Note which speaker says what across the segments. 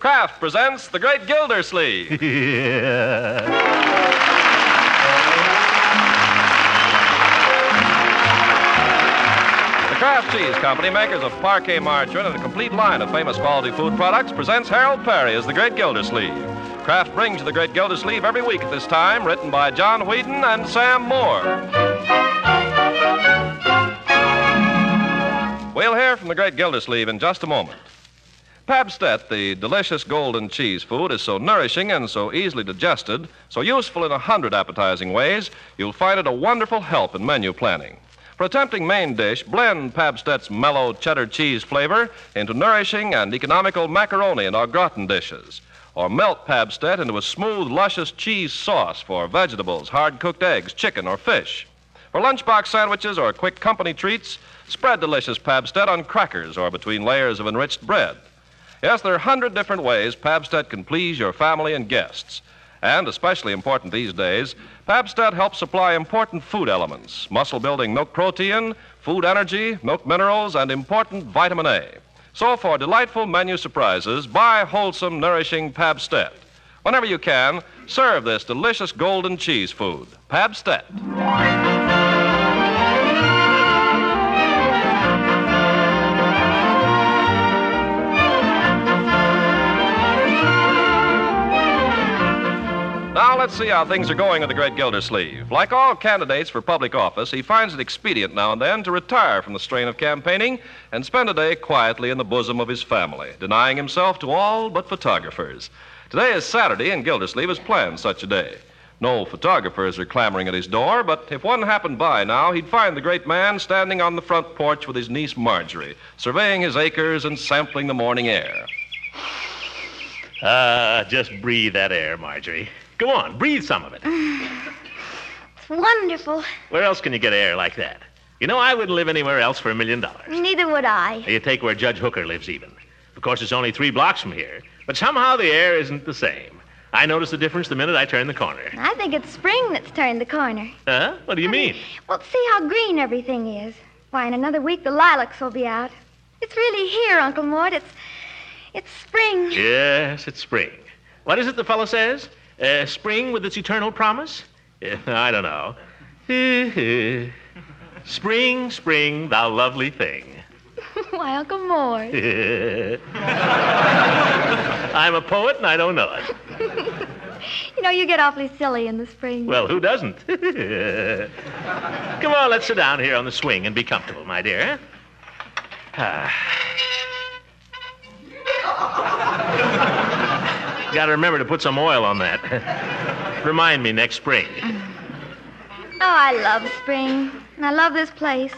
Speaker 1: Kraft presents The Great Gildersleeve. The Kraft Cheese Company, makers of parquet margarine and a complete line of famous quality food products, presents Harold Perry as the Great Gildersleeve. Kraft brings you the Great Gildersleeve every week at this time, written by John Whedon and Sam Moore. We'll hear from the Great Gildersleeve in just a moment. Pabstet, the delicious golden cheese food, is so nourishing and so easily digested, so useful in a hundred appetizing ways, you'll find it a wonderful help in menu planning. For a tempting main dish, blend Pabstet's mellow cheddar cheese flavor into nourishing and economical macaroni and au gratin dishes. Or melt Pabstet into a smooth, luscious cheese sauce for vegetables, hard cooked eggs, chicken, or fish. For lunchbox sandwiches or quick company treats, spread delicious Pabstet on crackers or between layers of enriched bread. Yes, there are a hundred different ways Pabstet can please your family and guests. And especially important these days, Pabstet helps supply important food elements muscle building milk protein, food energy, milk minerals, and important vitamin A. So, for delightful menu surprises, buy wholesome, nourishing Pabstet. Whenever you can, serve this delicious golden cheese food, Pabstet. Now let's see how things are going with the great Gildersleeve. Like all candidates for public office, he finds it expedient now and then to retire from the strain of campaigning and spend a day quietly in the bosom of his family, denying himself to all but photographers. Today is Saturday, and Gildersleeve has planned such a day. No photographers are clamoring at his door, but if one happened by now, he'd find the great man standing on the front porch with his niece Marjorie, surveying his acres and sampling the morning air.
Speaker 2: Ah, just breathe that air, Marjorie. Go on, breathe some of it.
Speaker 3: It's wonderful.
Speaker 2: Where else can you get air like that? You know, I wouldn't live anywhere else for a million dollars.
Speaker 3: Neither would I.
Speaker 2: You take where Judge Hooker lives, even. Of course, it's only three blocks from here, but somehow the air isn't the same. I notice the difference the minute I turn the corner.
Speaker 3: I think it's spring that's turned the corner.
Speaker 2: Huh? What do you mean?
Speaker 3: Well, see how green everything is. Why, in another week the lilacs will be out. It's really here, Uncle Mort. It's it's spring.
Speaker 2: Yes, it's spring. What is it the fellow says? Uh, spring with its eternal promise? Eh, I don't know. spring, spring, thou lovely thing.
Speaker 3: Why, Uncle Mort.
Speaker 2: I'm a poet and I don't know it.
Speaker 3: You know, you get awfully silly in the spring.
Speaker 2: Well, who doesn't? Come on, let's sit down here on the swing and be comfortable, my dear. Ah. Gotta remember to put some oil on that. Remind me next spring.
Speaker 3: Oh, I love spring. And I love this place.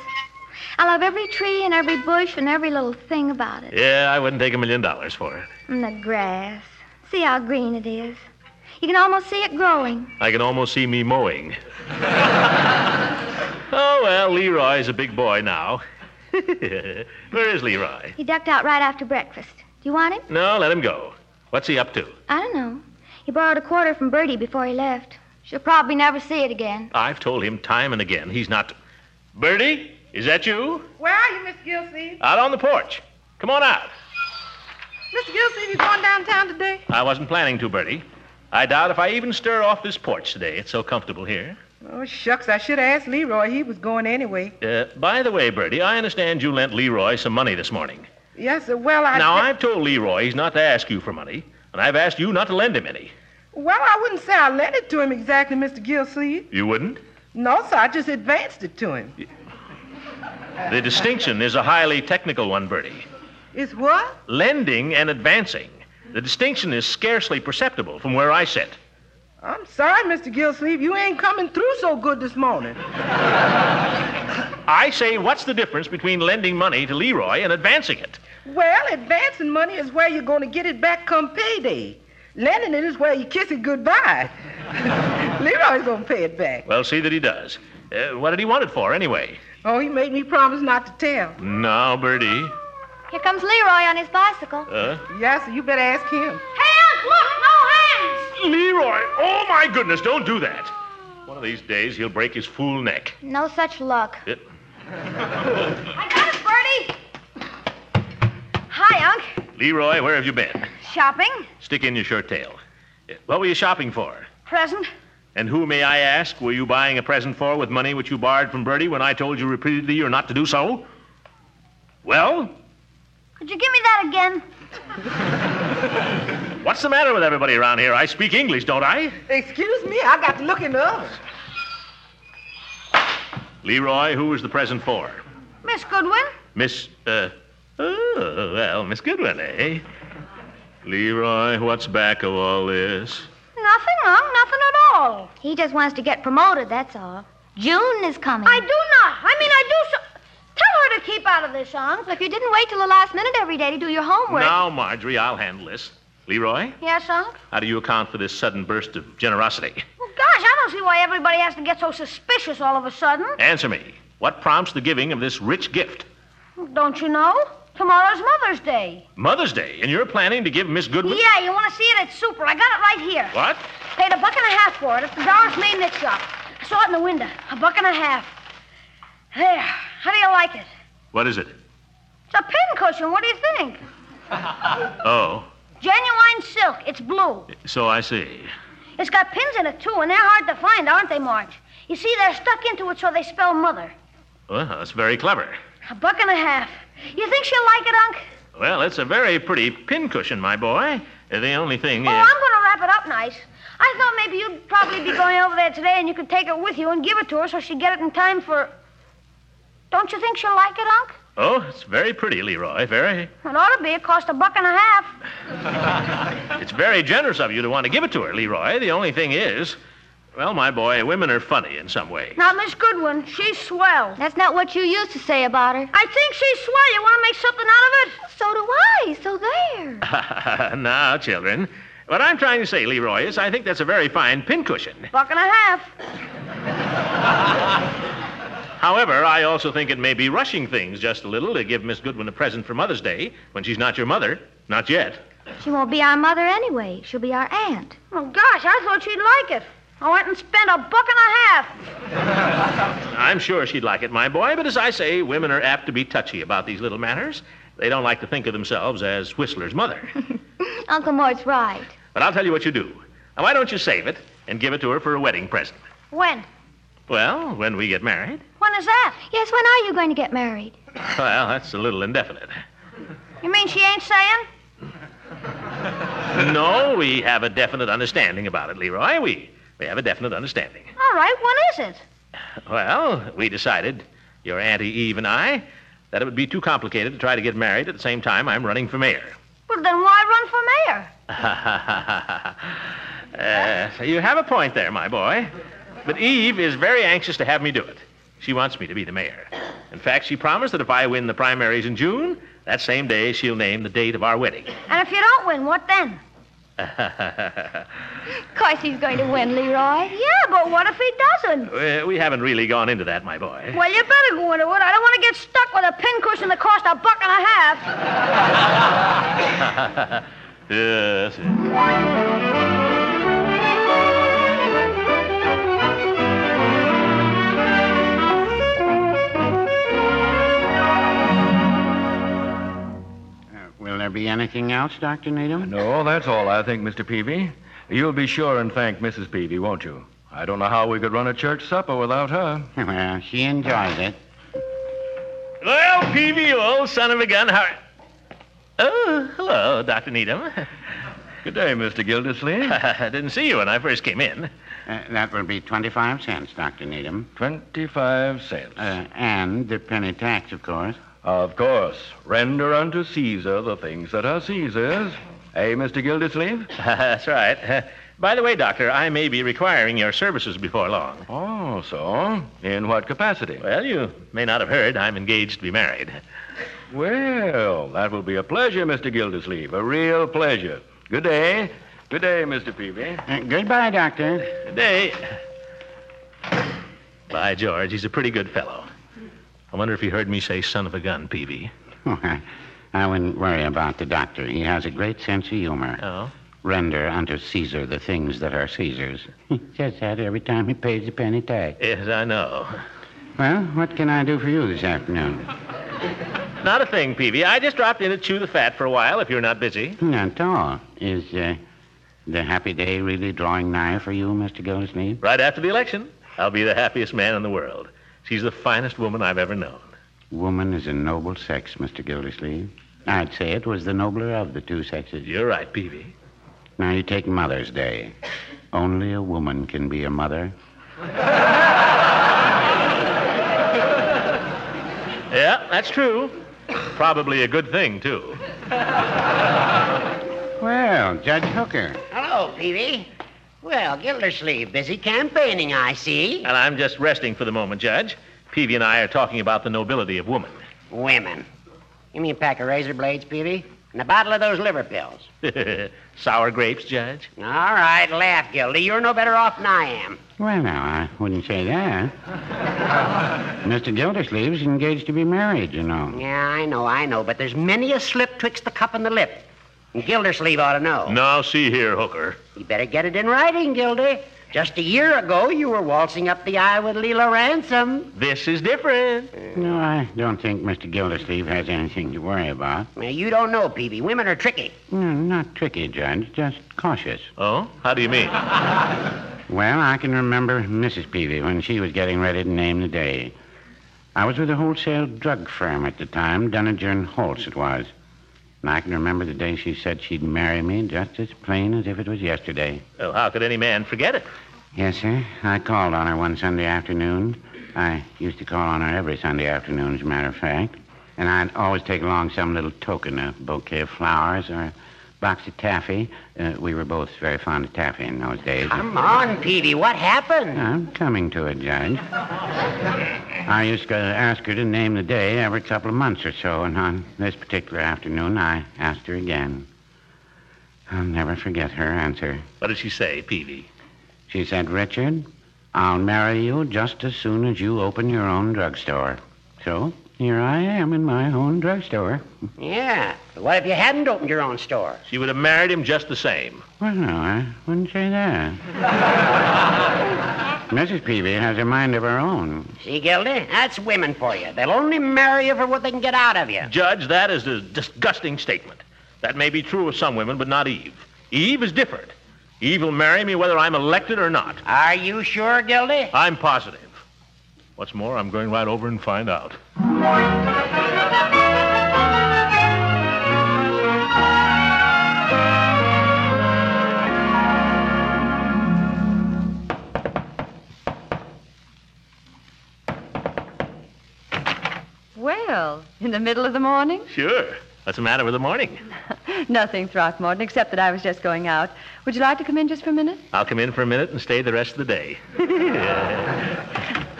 Speaker 3: I love every tree and every bush and every little thing about it.
Speaker 2: Yeah, I wouldn't take a million dollars for it.
Speaker 3: And the grass. See how green it is. You can almost see it growing.
Speaker 2: I can almost see me mowing. oh, well, Leroy's a big boy now. Where is Leroy?
Speaker 3: He ducked out right after breakfast. Do you want him?
Speaker 2: No, let him go. What's he up to?
Speaker 3: I don't know. He borrowed a quarter from Bertie before he left. She'll probably never see it again.
Speaker 2: I've told him time and again he's not. Bertie, is that you?
Speaker 4: Where are you, Miss Gilsey?
Speaker 2: Out on the porch. Come on out.
Speaker 4: Miss Gilsey, you going downtown today?
Speaker 2: I wasn't planning to, Bertie. I doubt if I even stir off this porch today. It's so comfortable here.
Speaker 4: Oh, shucks, I should have asked Leroy. He was going anyway.
Speaker 2: Uh, by the way, Bertie, I understand you lent Leroy some money this morning.
Speaker 4: Yes, sir. Well, I.
Speaker 2: Now, I've told Leroy he's not to ask you for money, and I've asked you not to lend him any.
Speaker 4: Well, I wouldn't say I lent it to him exactly, Mr. Gilsey.
Speaker 2: You wouldn't?
Speaker 4: No, sir, I just advanced it to him.
Speaker 2: The distinction is a highly technical one, Bertie.
Speaker 4: It's what?
Speaker 2: Lending and advancing. The distinction is scarcely perceptible from where I sit.
Speaker 4: I'm sorry, Mr. Gilsleeve. You ain't coming through so good this morning.
Speaker 2: I say, what's the difference between lending money to Leroy and advancing it?
Speaker 4: Well, advancing money is where you're going to get it back come payday. Lending it is where you kiss it goodbye. Leroy's going to pay it back.
Speaker 2: Well, see that he does. Uh, what did he want it for, anyway?
Speaker 4: Oh, he made me promise not to tell.
Speaker 2: No, Bertie.
Speaker 3: Here comes Leroy on his bicycle.
Speaker 2: Uh,
Speaker 4: Yes, sir, you better ask him.
Speaker 3: Hands! Look! No hands!
Speaker 2: Leroy! Oh, my goodness, don't do that. One of these days, he'll break his fool neck.
Speaker 3: No such luck.
Speaker 2: Uh,
Speaker 3: I got it, Bertie! Hi, Unc.
Speaker 2: Leroy, where have you been?
Speaker 3: Shopping?
Speaker 2: Stick in your shirt tail. Uh, What were you shopping for?
Speaker 3: Present?
Speaker 2: And who, may I ask, were you buying a present for with money which you borrowed from Bertie when I told you repeatedly you're not to do so? Well,
Speaker 3: Could you give me that again?
Speaker 2: what's the matter with everybody around here? I speak English, don't I?
Speaker 4: Excuse me, I got to look in the oven.
Speaker 2: Leroy, who was the present for?
Speaker 3: Miss Goodwin?
Speaker 2: Miss, uh, oh, well, Miss Goodwin, eh? Leroy, what's back of all this?
Speaker 3: Nothing wrong, nothing at all. He just wants to get promoted, that's all. June is coming. I do not. I mean, I do so. Tell her to keep out of this, Uncle. If you didn't wait till the last minute every day to do your homework.
Speaker 2: Now, Marjorie, I'll handle this. Leroy,
Speaker 3: Yes, Uncle?
Speaker 2: how do you account for this sudden burst of generosity?
Speaker 3: Well, gosh, I don't see why everybody has to get so suspicious all of a sudden.
Speaker 2: Answer me. What prompts the giving of this rich gift?
Speaker 3: Don't you know? Tomorrow's Mother's Day.
Speaker 2: Mother's Day, and you're planning to give Miss Goodwin.
Speaker 3: Yeah, you want to see it? It's super. I got it right here.
Speaker 2: What?
Speaker 3: Paid a buck and a half for it at the Doris May Knit Shop. I saw it in the window. A buck and a half. There. How do you like it?
Speaker 2: What is it?
Speaker 3: It's a pincushion. What do you think?
Speaker 2: Oh,
Speaker 3: Genuine silk. It's blue.
Speaker 2: so I see.
Speaker 3: It's got pins in it, too, and they're hard to find, aren't they, Marge? You see, they're stuck into it so they spell mother.
Speaker 2: Well, that's very clever.
Speaker 3: A buck and a half. You think she'll like it, Unc?
Speaker 2: Well, it's a very pretty pincushion, my boy. Uh, The only thing is.
Speaker 3: Oh, I'm going to wrap it up nice. I thought maybe you'd probably be going over there today and you could take it with you and give it to her so she'd get it in time for. Don't you think she'll like it, Unc?
Speaker 2: Oh, it's very pretty, Leroy. Very.
Speaker 3: It ought to be. It cost a buck and a half.
Speaker 2: It's very generous of you to want to give it to her, Leroy. The only thing is. Well, my boy, women are funny in some way.
Speaker 3: Now, Miss Goodwin, she's swell. That's not what you used to say about her. I think she's swell. You want to make something out of it? So do I. So there.
Speaker 2: now, children, what I'm trying to say, Leroy, is I think that's a very fine pincushion.
Speaker 3: Buck and a half.
Speaker 2: However, I also think it may be rushing things just a little to give Miss Goodwin a present for Mother's Day when she's not your mother. Not yet.
Speaker 5: She won't be our mother anyway. She'll be our aunt.
Speaker 3: Oh, gosh, I thought she'd like it. I went and spent a buck and a half.
Speaker 2: I'm sure she'd like it, my boy, but as I say, women are apt to be touchy about these little matters. They don't like to think of themselves as Whistler's mother.
Speaker 5: Uncle Mort's right.
Speaker 2: but I'll tell you what you do. Now, why don't you save it and give it to her for a wedding present?
Speaker 3: When?
Speaker 2: Well, when we get married.
Speaker 3: When is that?
Speaker 5: Yes, when are you going to get married?
Speaker 2: Well, that's a little indefinite.
Speaker 3: You mean she ain't saying?
Speaker 2: No, we have a definite understanding about it, Leroy. We, we have a definite understanding.
Speaker 3: All right, when is it?
Speaker 2: Well, we decided, your Auntie Eve and I, that it would be too complicated to try to get married at the same time I'm running for mayor.
Speaker 3: Well, then why run for mayor?
Speaker 2: Uh, so you have a point there, my boy. But Eve is very anxious to have me do it. She wants me to be the mayor. In fact, she promised that if I win the primaries in June, that same day she'll name the date of our wedding.
Speaker 3: And if you don't win, what then?
Speaker 5: Of course he's going to win, Leroy.
Speaker 3: Yeah, but what if he doesn't?
Speaker 2: Uh, we haven't really gone into that, my boy.
Speaker 3: Well, you better go into it. I don't want to get stuck with a pincushion that cost a buck and a half.
Speaker 2: Yes.
Speaker 6: Uh, will there be anything else, Dr. Needham?
Speaker 7: No, that's all, I think, Mr. Peavy. You'll be sure and thank Mrs. Peavy, won't you? I don't know how we could run a church supper without her.
Speaker 6: Well, she enjoys it.
Speaker 2: Well, Peavy, you old son of a gun, how... Oh, hello, Dr. Needham.
Speaker 7: Good day, Mr. Gildersleeve.
Speaker 2: I didn't see you when I first came in.
Speaker 6: Uh, that will be 25 cents, Dr. Needham.
Speaker 7: Twenty-five cents.
Speaker 6: Uh, and the penny tax, of course.
Speaker 7: Of course. Render unto Caesar the things that are Caesar's. Eh, Mr. Gildersleeve?
Speaker 2: That's right. by the way, Doctor, I may be requiring your services before long.
Speaker 7: Oh, so? In what capacity?
Speaker 2: Well, you may not have heard I'm engaged to be married.
Speaker 7: Well, that will be a pleasure, Mr. Gildersleeve. A real pleasure. Good day. Good day, Mr. Peavy.
Speaker 6: Uh, goodbye, Doctor.
Speaker 2: Today. By George, he's a pretty good fellow. I wonder if he heard me say son of a gun, Peavy.
Speaker 6: Oh, I, I wouldn't worry about the doctor. He has a great sense of humor.
Speaker 2: Oh?
Speaker 6: Render unto Caesar the things that are Caesar's. He says that every time he pays the penny tax.
Speaker 2: Yes, I know.
Speaker 6: Well, what can I do for you this afternoon?
Speaker 2: not a thing, Peavy. I just dropped in to chew the fat for a while if you're not busy.
Speaker 6: Hmm, Not at all. Is uh, the happy day really drawing nigh for you, Mr. Gillespie?
Speaker 2: Right after the election, I'll be the happiest man in the world. She's the finest woman I've ever known.
Speaker 6: Woman is a noble sex, Mr. Gildersleeve. I'd say it was the nobler of the two sexes.
Speaker 2: You're right, Peavy.
Speaker 6: Now you take Mother's Day. Only a woman can be a mother.
Speaker 2: Yeah, that's true. Probably a good thing, too.
Speaker 6: Well, Judge Hooker.
Speaker 8: Hello, Peavy. Well, Gildersleeve, busy campaigning, I see.
Speaker 2: And I'm just resting for the moment, Judge. Peavy and I are talking about the nobility of woman.
Speaker 8: Women. Give me a pack of razor blades, Peavy, and a bottle of those liver pills.
Speaker 2: Sour grapes, Judge?
Speaker 8: All right, laugh, Gildy. You're no better off than I am.
Speaker 6: Well, now, I wouldn't say that. Mr. Gildersleeve's engaged to be married, you know.
Speaker 8: Yeah, I know, I know, but there's many a slip twixt the cup and the lip. And Gildersleeve ought to know.
Speaker 2: Now, see here, Hooker.
Speaker 8: You better get it in writing, Gildy. Just a year ago, you were waltzing up the aisle with Leela Ransom.
Speaker 2: This is different.
Speaker 6: No, I don't think Mr. Gildersleeve has anything to worry about.
Speaker 8: Now, you don't know, Peavy. Women are tricky.
Speaker 6: No, not tricky, Judge, just cautious.
Speaker 2: Oh? How do you mean?
Speaker 6: Well, I can remember Mrs. Peavy when she was getting ready to name the day. I was with a wholesale drug firm at the time, Dunninger and Holtz it was. And I can remember the day she said she'd marry me just as plain as if it was yesterday.
Speaker 2: Well, how could any man forget it?
Speaker 6: Yes, sir. I called on her one Sunday afternoon. I used to call on her every Sunday afternoon, as a matter of fact. And I'd always take along some little token, a bouquet of flowers or a box of taffy. Uh, we were both very fond of taffy in those days.
Speaker 8: Come on, Peavy. What happened?
Speaker 6: I'm coming to it, Judge. I used to ask her to name the day every couple of months or so, and on this particular afternoon, I asked her again. I'll never forget her answer.
Speaker 2: What did she say, Peavy?
Speaker 6: She said, Richard, I'll marry you just as soon as you open your own drugstore. So, here I am in my own drugstore.
Speaker 8: Yeah. But what if you hadn't opened your own store?
Speaker 2: She would have married him just the same.
Speaker 6: Well, no, I wouldn't say that. Mrs. Peavy has a mind of her own.
Speaker 8: See, Gildy? That's women for you. They'll only marry you for what they can get out of you.
Speaker 2: Judge, that is a disgusting statement. That may be true of some women, but not Eve. Eve is different. Eve will marry me whether I'm elected or not.
Speaker 8: Are you sure, Gildy?
Speaker 2: I'm positive. What's more, I'm going right over and find out.
Speaker 4: Well, in the middle of the morning?
Speaker 2: Sure. What's the matter with the morning?
Speaker 4: Nothing, Throckmorton, except that I was just going out. Would you like to come in just for a minute?
Speaker 2: I'll come in for a minute and stay the rest of the day.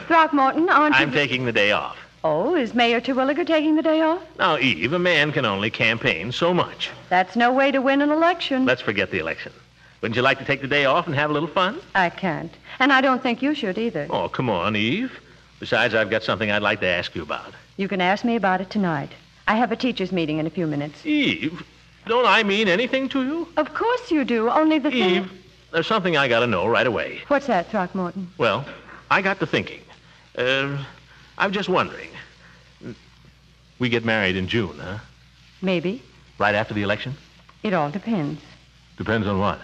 Speaker 4: Throckmorton, aren't you...
Speaker 2: I'm taking the day off.
Speaker 4: Oh, is Mayor Terwilliger taking the day off?
Speaker 2: Now, Eve, a man can only campaign so much.
Speaker 4: That's no way to win an election.
Speaker 2: Let's forget the election. Wouldn't you like to take the day off and have a little fun?
Speaker 4: I can't. And I don't think you should either.
Speaker 2: Oh, come on, Eve. Besides, I've got something I'd like to ask you about.
Speaker 4: You can ask me about it tonight. I have a teacher's meeting in a few minutes.
Speaker 2: Eve, don't I mean anything to you?
Speaker 4: Of course you do, only the thing...
Speaker 2: Eve, there's something I got to know right away.
Speaker 4: What's that, Throckmorton?
Speaker 2: Well, I got to thinking. Uh, I'm just wondering. We get married in June, huh?
Speaker 4: Maybe.
Speaker 2: Right after the election?
Speaker 4: It all depends.
Speaker 2: Depends on what.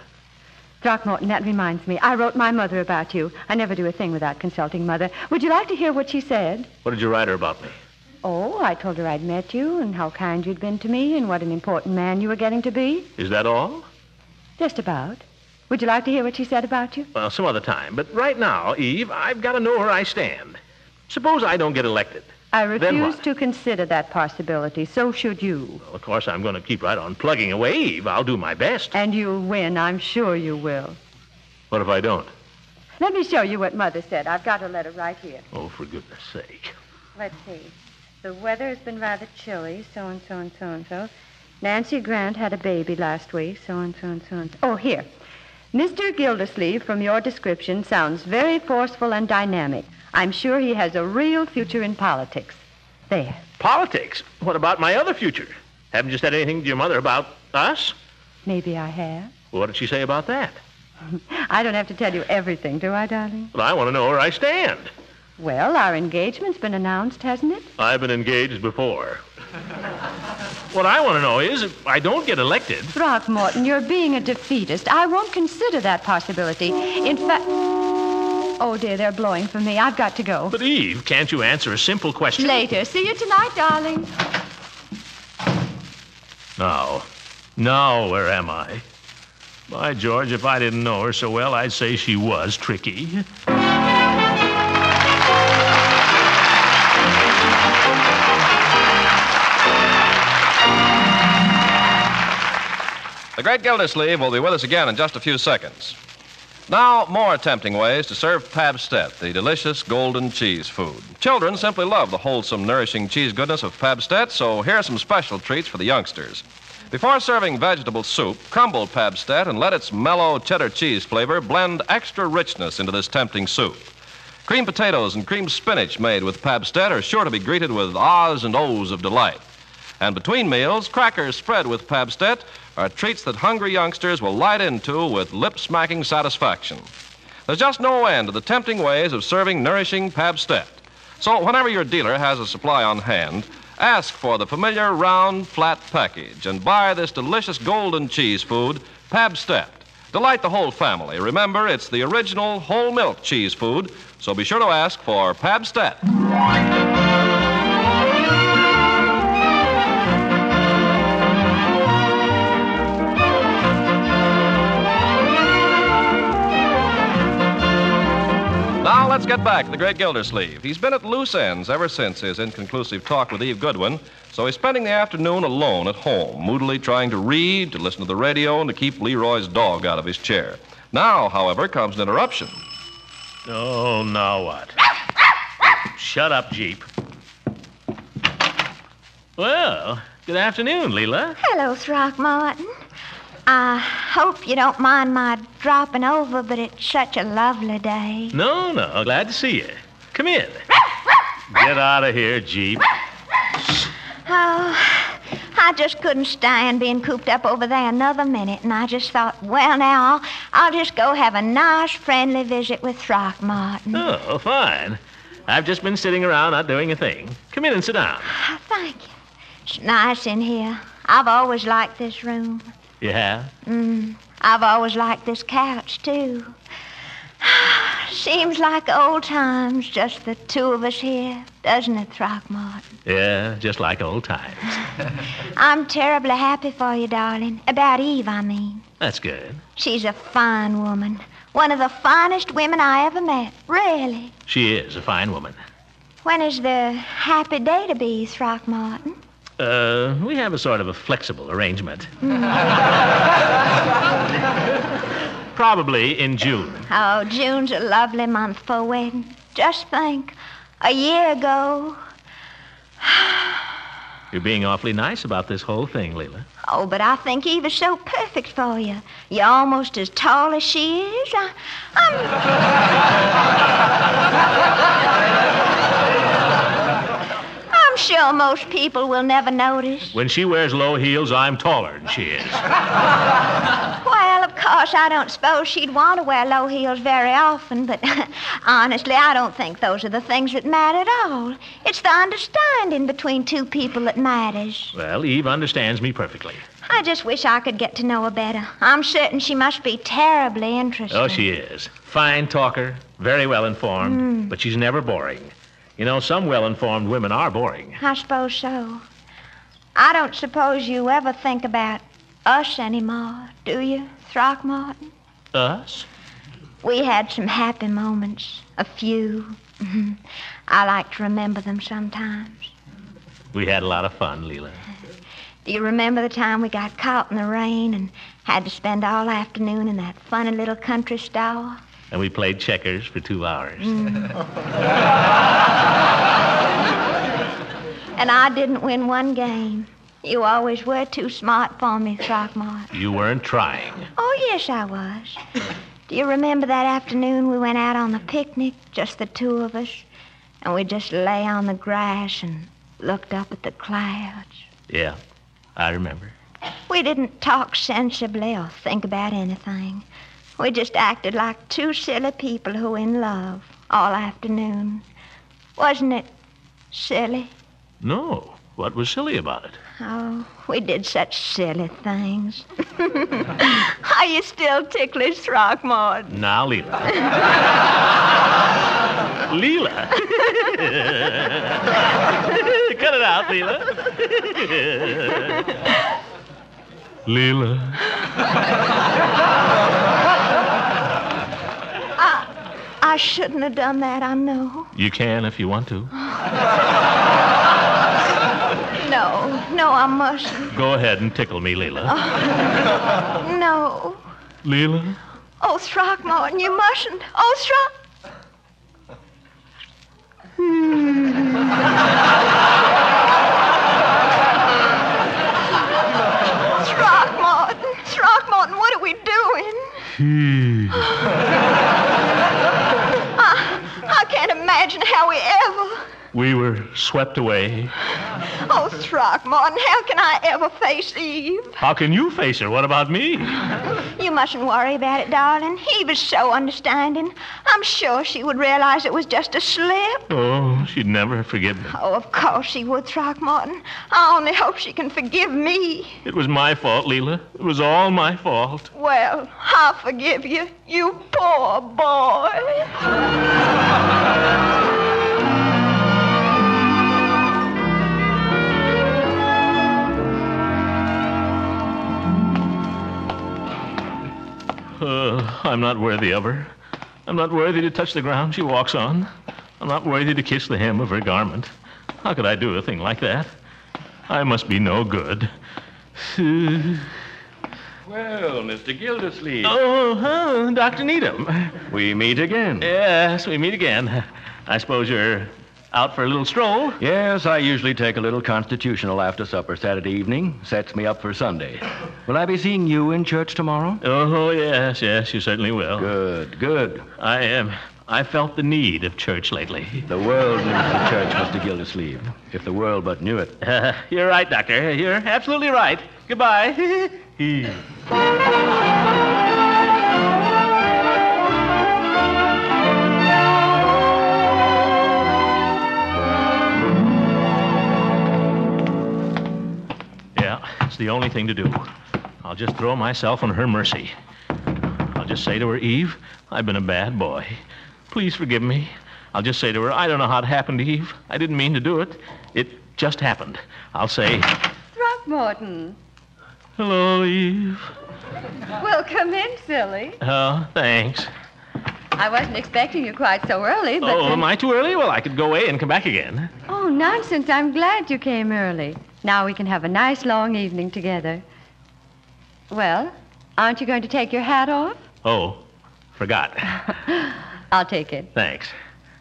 Speaker 4: Throckmorton, that reminds me. I wrote my mother about you. I never do a thing without consulting mother. Would you like to hear what she said?
Speaker 2: What did you write her about me?
Speaker 4: Oh, I told her I'd met you and how kind you'd been to me and what an important man you were getting to be.
Speaker 2: Is that all?
Speaker 4: Just about. Would you like to hear what she said about you?
Speaker 2: Well, some other time. But right now, Eve, I've got to know where I stand. Suppose I don't get elected.
Speaker 4: I
Speaker 2: Then
Speaker 4: refuse
Speaker 2: what?
Speaker 4: to consider that possibility. So should you.
Speaker 2: Well, of course, I'm going to keep right on plugging away, Eve. I'll do my best.
Speaker 4: And you'll win. I'm sure you will.
Speaker 2: What if I don't?
Speaker 4: Let me show you what Mother said. I've got her letter right here.
Speaker 2: Oh, for goodness sake.
Speaker 4: Let's see. The weather has been rather chilly, so and so and so and so. Nancy Grant had a baby last week, so and so and so and so. Oh, here. Mr. Gildersleeve, from your description, sounds very forceful and dynamic. I'm sure he has a real future in politics. There.
Speaker 2: Politics? What about my other future? Haven't you said anything to your mother about us?
Speaker 4: Maybe I have.
Speaker 2: What did she say about that?
Speaker 4: I don't have to tell you everything, do I, darling?
Speaker 2: Well, I want to know where I stand.
Speaker 4: Well, our engagement's been announced, hasn't it?
Speaker 2: I've been engaged before. What I want to know is if I don't get elected.
Speaker 4: Throckmorton, you're being a defeatist. I won't consider that possibility. In fact. Oh, dear, they're blowing for me. I've got to go.
Speaker 2: But, Eve, can't you answer a simple question?
Speaker 4: Later. See you tonight, darling.
Speaker 2: Now, now where am I? By George, if I didn't know her so well, I'd say she was tricky.
Speaker 1: The great Gildersleeve will be with us again in just a few seconds. Now, more tempting ways to serve Pabstet, the delicious golden cheese food. Children simply love the wholesome, nourishing cheese goodness of Pabstet, so here are some special treats for the youngsters. Before serving vegetable soup, crumble Pabstet and let its mellow cheddar cheese flavor blend extra richness into this tempting soup. Cream potatoes and cream spinach made with Pabstet are sure to be greeted with ahs and ohs of delight. And between meals, crackers spread with Pabstet are treats that hungry youngsters will light into with lip smacking satisfaction. There's just no end to the tempting ways of serving nourishing Pabstet. So, whenever your dealer has a supply on hand, ask for the familiar round, flat package and buy this delicious golden cheese food, Pabstet. Delight the whole family. Remember, it's the original whole milk cheese food, so be sure to ask for Pabstet. Now let's get back to the great Gildersleeve. He's been at loose ends ever since his inconclusive talk with Eve Goodwin, so he's spending the afternoon alone at home, moodily trying to read, to listen to the radio, and to keep Leroy's dog out of his chair. Now, however, comes an interruption.
Speaker 2: Oh, now what? Shut up, Jeep. Well, good afternoon, Leela.
Speaker 3: Hello, Throckmorton. I hope you don't mind my dropping over, but it's such a lovely day.
Speaker 2: No, no, glad to see you. Come in. Get out of here, Jeep.
Speaker 3: Oh, I just couldn't stand being cooped up over there another minute, and I just thought, well, now, I'll just go have a nice, friendly visit with Throckmorton.
Speaker 2: Oh, fine. I've just been sitting around not doing a thing. Come in and sit down.
Speaker 3: I Oh, Thank you. It's nice in here. I've always liked this room.
Speaker 2: You have?
Speaker 3: Mm, I've always liked this couch, too. Seems like old times, just the two of us here, doesn't it, Throckmorton?
Speaker 2: Yeah, just like old times.
Speaker 3: I'm terribly happy for you, darling. About Eve, I mean.
Speaker 2: That's good.
Speaker 3: She's a fine woman. One of the finest women I ever met, really.
Speaker 2: She is a fine woman.
Speaker 3: When is the happy day to be, Throckmorton?
Speaker 2: Uh, we have a sort of a flexible arrangement. Probably in June.
Speaker 3: Oh, June's a lovely month for a wedding. Just think, a year ago.
Speaker 2: You're being awfully nice about this whole thing, Leela.
Speaker 3: Oh, but I think Eve is so perfect for you. You're almost as tall as she is. I, I'm. I'm sure most people will never notice.
Speaker 2: When she wears low heels, I'm taller than she is.
Speaker 3: Well, of course, I don't suppose she'd want to wear low heels very often, but honestly, I don't think those are the things that matter at all. It's the understanding between two people that matters.
Speaker 2: Well, Eve understands me perfectly.
Speaker 3: I just wish I could get to know her better. I'm certain she must be terribly interested.
Speaker 2: Oh, she is. Fine talker, very well informed,
Speaker 3: Hmm.
Speaker 2: but she's never boring. You know, some well informed women are boring.
Speaker 3: I suppose so. I don't suppose you ever think about us anymore, do you, Throckmorton?
Speaker 2: Us?
Speaker 3: We had some happy moments, a few. Mhm. I like to remember them sometimes.
Speaker 2: We had a lot of fun, Leela.
Speaker 3: Do you remember the time we got caught in the rain and had to spend all afternoon in that funny little country store?
Speaker 2: And we played checkers for two hours.
Speaker 3: And I didn't win one game. You always were too smart for me, Throckmorton.
Speaker 2: You weren't trying.
Speaker 3: Oh, yes, I was. Do you remember that afternoon we went out on the picnic, just the two of us? And we just lay on the grass and looked up at the clouds.
Speaker 2: Yeah, I remember.
Speaker 3: We didn't talk sensibly or think about anything. We just acted like two silly people who were in love all afternoon. Wasn't it silly?
Speaker 2: No, What was silly about it?
Speaker 3: Oh, we did such silly things. Are you still ticklish, Throckmorton?
Speaker 2: Now, Leela. Leela? Cut it out, Leela. Leela.
Speaker 3: I shouldn't have done that, I know.
Speaker 2: You can if you want to.
Speaker 3: No, no, I mustn't.
Speaker 2: Go ahead and tickle me, Leela.
Speaker 3: No.
Speaker 2: Leela?
Speaker 3: Oh, Throckmorton, you mustn't. Oh, Throck. Hmm. Throckmorton, Throckmorton, what are we doing? I, I can't imagine how we ever.
Speaker 2: we were swept away.
Speaker 3: Oh, Throckmorton, how can I ever face Eve?
Speaker 2: How can you face her? What about me?
Speaker 3: You mustn't worry about it, darling. He was so understanding. I'm sure she would realize it was just a slip.
Speaker 2: Oh, she'd never forgive me.
Speaker 3: Oh, of course she would, Throckmorton. I only hope she can forgive me.
Speaker 2: It was my fault, Leela. It was all my fault.
Speaker 3: Well, I forgive you, you poor boy.
Speaker 2: Uh, I'm not worthy of her. I'm not worthy to touch the ground she walks on. I'm not worthy to kiss the hem of her garment. How could I do a thing like that? I must be no good.
Speaker 7: Well, Mr. Gildersleeve,
Speaker 2: Oh, huh, Dr. Needham.
Speaker 7: we meet again.
Speaker 2: Yes, we meet again. I suppose you're out for a little stroll.
Speaker 7: Yes, I usually take a little constitutional after supper Saturday evening. Sets me up for Sunday. Will I be seeing you in church tomorrow?
Speaker 2: Oh, yes, yes, you certainly will.
Speaker 7: Good, good.
Speaker 2: I am. I felt the need of church lately.
Speaker 7: The world needs the church, Mr. Gildersleeve. If the world but knew it.
Speaker 2: Uh, you're right, Doctor. You're absolutely right. Goodbye. yeah, it's the only thing to do. I'll just throw myself on her mercy. I'll just say to her, Eve, I've been a bad boy. Please forgive me. I'll just say to her, I don't know how it happened, Eve. I didn't mean to do it. It just happened. I'll say,
Speaker 4: Throckmorton.
Speaker 2: Hello, Eve.
Speaker 4: Well, come in, silly.
Speaker 2: Oh, thanks.
Speaker 4: I wasn't expecting you quite so early, but.
Speaker 2: Oh, am I too early? Well, I could go away and come back again.
Speaker 4: Oh, nonsense. I'm glad you came early. Now we can have a nice long evening together. Well, aren't you going to take your hat off?
Speaker 2: Oh, forgot.
Speaker 4: I'll take it.
Speaker 2: Thanks.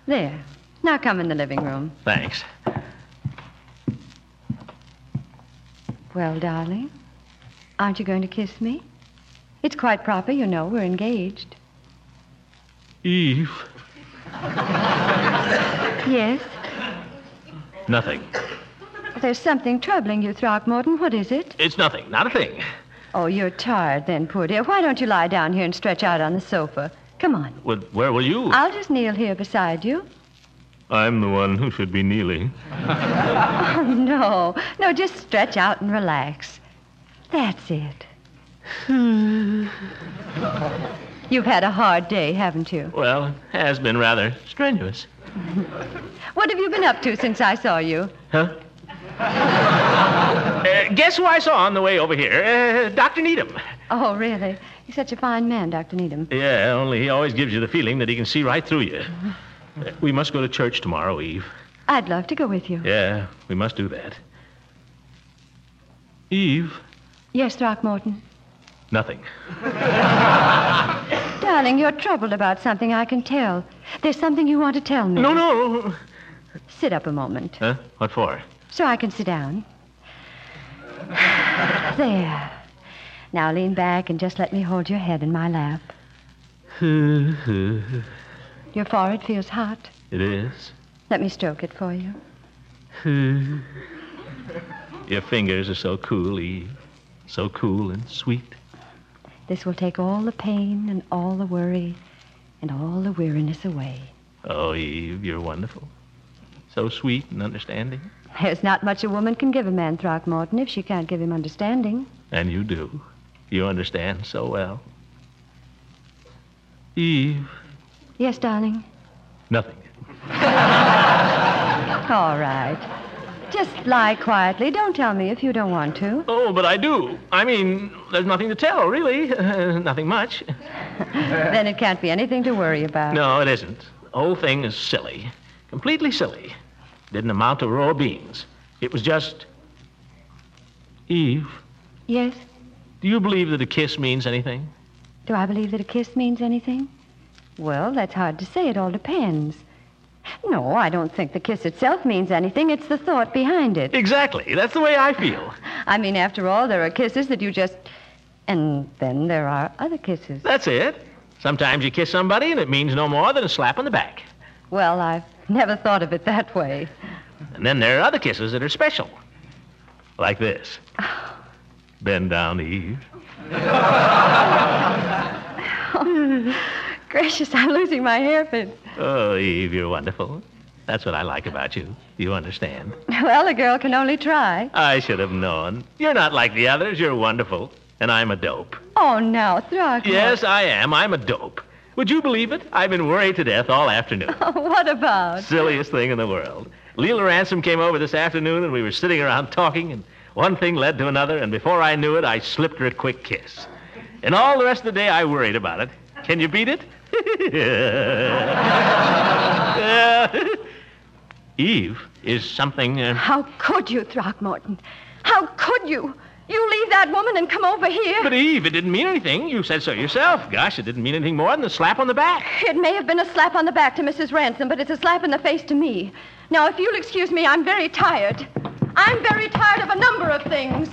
Speaker 4: There. Now come in the living room.
Speaker 2: Thanks.
Speaker 4: Well, darling, aren't you going to kiss me? It's quite proper, you know. We're engaged.
Speaker 2: Eve.
Speaker 4: Yes.
Speaker 2: Nothing.
Speaker 4: There's something troubling you, Throckmorton. What is it?
Speaker 2: It's nothing. Not a thing.
Speaker 4: Oh, you're tired then, poor dear. Why don't you lie down here and stretch out on the sofa? Come on.
Speaker 2: Well, where were you?
Speaker 4: I'll just kneel here beside you.
Speaker 2: I'm the one who should be kneeling.
Speaker 4: Oh, no. No, just stretch out and relax. That's it. Hmm. You've had a hard day, haven't you?
Speaker 2: Well, it has been rather strenuous.
Speaker 4: What have you been up to since I saw you?
Speaker 2: Huh? Uh, guess who I saw on the way over here? Uh, Dr. Needham.
Speaker 4: Oh, really? You're such a fine man, Dr. Needham.
Speaker 2: Yeah, only he always gives you the feeling that he can see right through you. Uh, we must go to church tomorrow, Eve.
Speaker 4: I'd love to go with you.
Speaker 2: Yeah, we must do that. Eve?
Speaker 4: Yes, Throckmorton.
Speaker 2: Nothing.
Speaker 4: Darling, you're troubled about something, I can tell. There's something you want to tell me.
Speaker 2: No, no.
Speaker 4: Sit up a moment
Speaker 2: Huh? What for?
Speaker 4: so I can sit down. there. Now lean back and just let me hold your head in my lap.
Speaker 2: it
Speaker 4: Your forehead feels hot.
Speaker 2: is.
Speaker 4: Let me stroke it for you.
Speaker 2: Your fingers are so cool, Eve. So cool and sweet.
Speaker 4: This will take all the pain and all the worry and all the weariness away.
Speaker 2: Oh, Eve, you're wonderful. So sweet and understanding.
Speaker 4: There's not much a woman can give a man, Throckmorton, if she can't give him understanding.
Speaker 2: And you do. You understand so well. Eve,
Speaker 4: Yes, darling.
Speaker 2: nothing.
Speaker 4: All right. Just lie quietly. Don't tell me if you don't want to.
Speaker 2: Oh, but I do. I mean, there's nothing to tell, really. nothing much.
Speaker 4: then it can't be anything to worry about.
Speaker 2: No, it isn't. The whole thing is silly. Completely silly. Didn't amount to raw beans. It was just. Eve,
Speaker 4: Yes?
Speaker 2: do you believe that a kiss means anything?
Speaker 4: Do I believe that a kiss means anything? Well, that's hard to say. It all depends. No, I don't think the kiss itself means anything. It's the thought behind it.
Speaker 2: Exactly. That's the way I feel.
Speaker 4: I mean, after all, there are kisses that you just. And then there are other kisses.
Speaker 2: That's it. Sometimes you kiss somebody and it means no more than a slap on the back.
Speaker 4: Well, I've never thought of it that way.
Speaker 2: And then there are other kisses that are special. Like this. Bend down, Eve.
Speaker 4: Gracious, I'm losing my hairpin.
Speaker 2: Oh, Eve, you're wonderful. That's what I like about you. Do you understand?
Speaker 4: Well, a girl can only try.
Speaker 2: I should have known. You're not like the others. You're wonderful. And I'm a dope.
Speaker 4: Oh, now, Throckmorton.
Speaker 2: Yes, I am. I'm a dope. Would you believe it? I've been worried to death all afternoon.
Speaker 4: Oh, what about?
Speaker 2: Silliest thing in the world. Leela Ransom came over this afternoon, and we were sitting around talking, and one thing led to another, and before I knew it, I slipped her a quick kiss. And all the rest of the day, I worried about it. Can you beat it? Yeah. Eve is something. Uh,
Speaker 4: How could you, Throckmorton? How could you? You leave that woman and come over here.
Speaker 2: but Eve, it didn't mean anything. You said so yourself. Gosh, it didn't mean anything more than a slap on the back.
Speaker 4: It may have been a slap on the back to Mrs. Ransom, but it's a slap in the face to me. Now, if you'll excuse me, I'm very tired. I'm very tired of a number of things.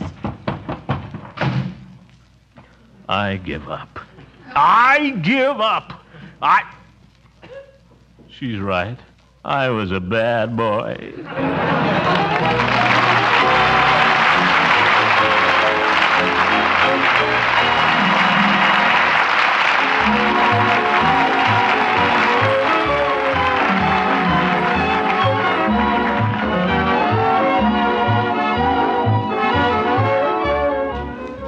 Speaker 2: I give up. I give up. I. She's right. I was a bad boy.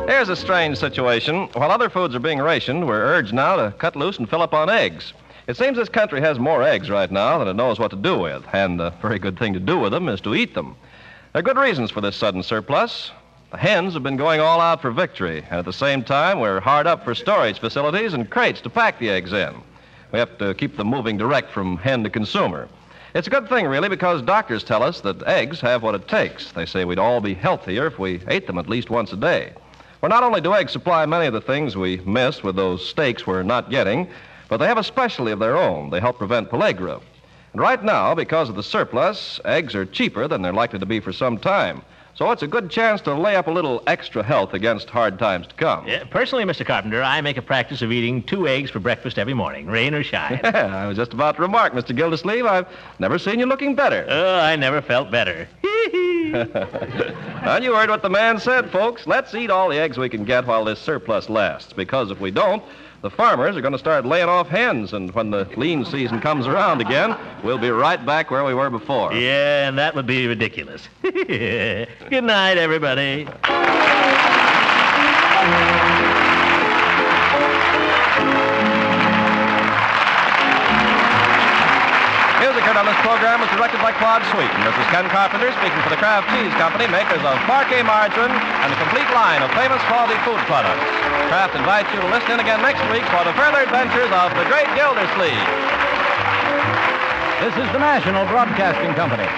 Speaker 1: Here's a strange situation. While other foods are being rationed, we're urged now to cut loose and fill up on eggs. It seems this country has more eggs right now than it knows what to do with, and the very good thing to do with them is to eat them. There are good reasons for this sudden surplus. The hens have been going all out for victory, and at the same time, we're hard up for storage facilities and crates to pack the eggs in. We have to keep them moving direct from hen to consumer. It's a good thing, really, because doctors tell us that eggs have what it takes. They say we'd all be healthier if we ate them at least once a day. Well, not only do eggs supply many of the things we miss with those steaks we're not getting, but they have a specialty of their own. They help prevent pellagra. And right now, because of the surplus, eggs are cheaper than they're likely to be for some time. So it's a good chance to lay up a little extra health against hard times to come.
Speaker 2: Yeah, Uh, personally, Mr. Carpenter, I make a practice of eating two eggs for breakfast every morning, rain or shine.
Speaker 1: I was just about to remark, Mr. Gildersleeve, I've never seen you looking better.
Speaker 2: oh, I never felt better.
Speaker 1: And you heard what the man said, folks. Let's eat all the eggs we can get while this surplus lasts, because if we don't, the farmers are going to start laying off hens, and when the lean season comes around again, we'll be right back where we were before.
Speaker 2: Yeah, and that would be ridiculous. Good night, everybody.
Speaker 1: Music heard on this program was directed by Claude Sweet, and this is Ken Carpenter speaking for the Kraft Cheese Company, makers of parquet margarine and a complete line of famous quality food products. Kraft invites you to listen in again next week for the further adventures of the great Gildersleeve. This is the National Broadcasting Company.